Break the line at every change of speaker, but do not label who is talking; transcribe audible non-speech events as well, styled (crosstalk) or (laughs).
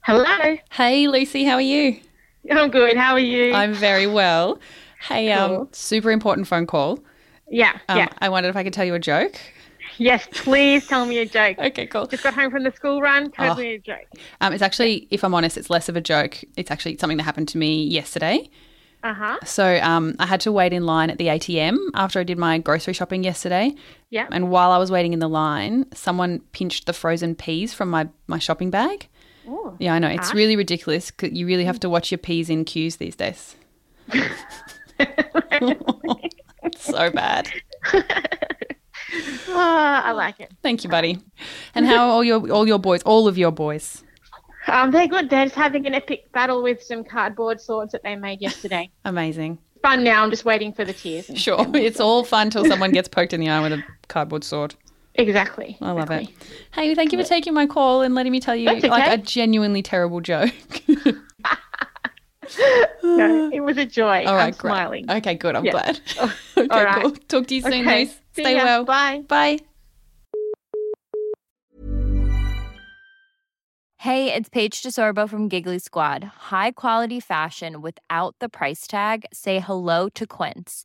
Hello.
Hey, Lucy, how are you?
I'm good. How are you?
I'm very well. Hey, um,
Cool.
super important phone call.
yeah,
Um,
yeah.
I wondered if I could tell you a joke.
Yes, please tell me a joke.
Okay, cool.
Just got home from the school run. Tell
Oh.
me a joke.
Um, it's actually, if I'm honest, it's less of a joke. It's actually something that happened to me yesterday.
Uh huh.
So um, I had to wait in line at the ATM after I did my grocery shopping yesterday.
Yeah.
And while I was waiting in the line, someone pinched the frozen peas from my, my shopping bag. (laughs)
Ooh.
Yeah, I know. It's really ridiculous. 'cause you really have to watch your P's in Q's these days. (laughs) so bad.
Oh, I like it.
Thank you, buddy. And how are all your all your boys, all of your boys?
Um, they're good. They're just having an epic battle with some cardboard swords that they made
(laughs)
yesterday.
Amazing.
Fun now. I'm just waiting for the tears.
(laughs) Sure. It's all fun till someone gets poked in the eye with a cardboard sword.
Exactly.
I love it.
exactly.
Hey, thank you for taking my call and letting me tell you
That's
like
okay.
a genuinely terrible (laughs) joke.
(laughs) No, it was a joy.
all right,
I'm
great.
smiling.
Okay, good. I'm
Yeah. (laughs)
glad. (laughs) okay,
right.
cool. Talk to you soon,
Okay,
Luce.
see
Stay
ya.
well.
Bye.
Bye.
Hey, it's Paige DeSorbo from Giggly Squad. High quality fashion without the price tag. Say hello to Quince.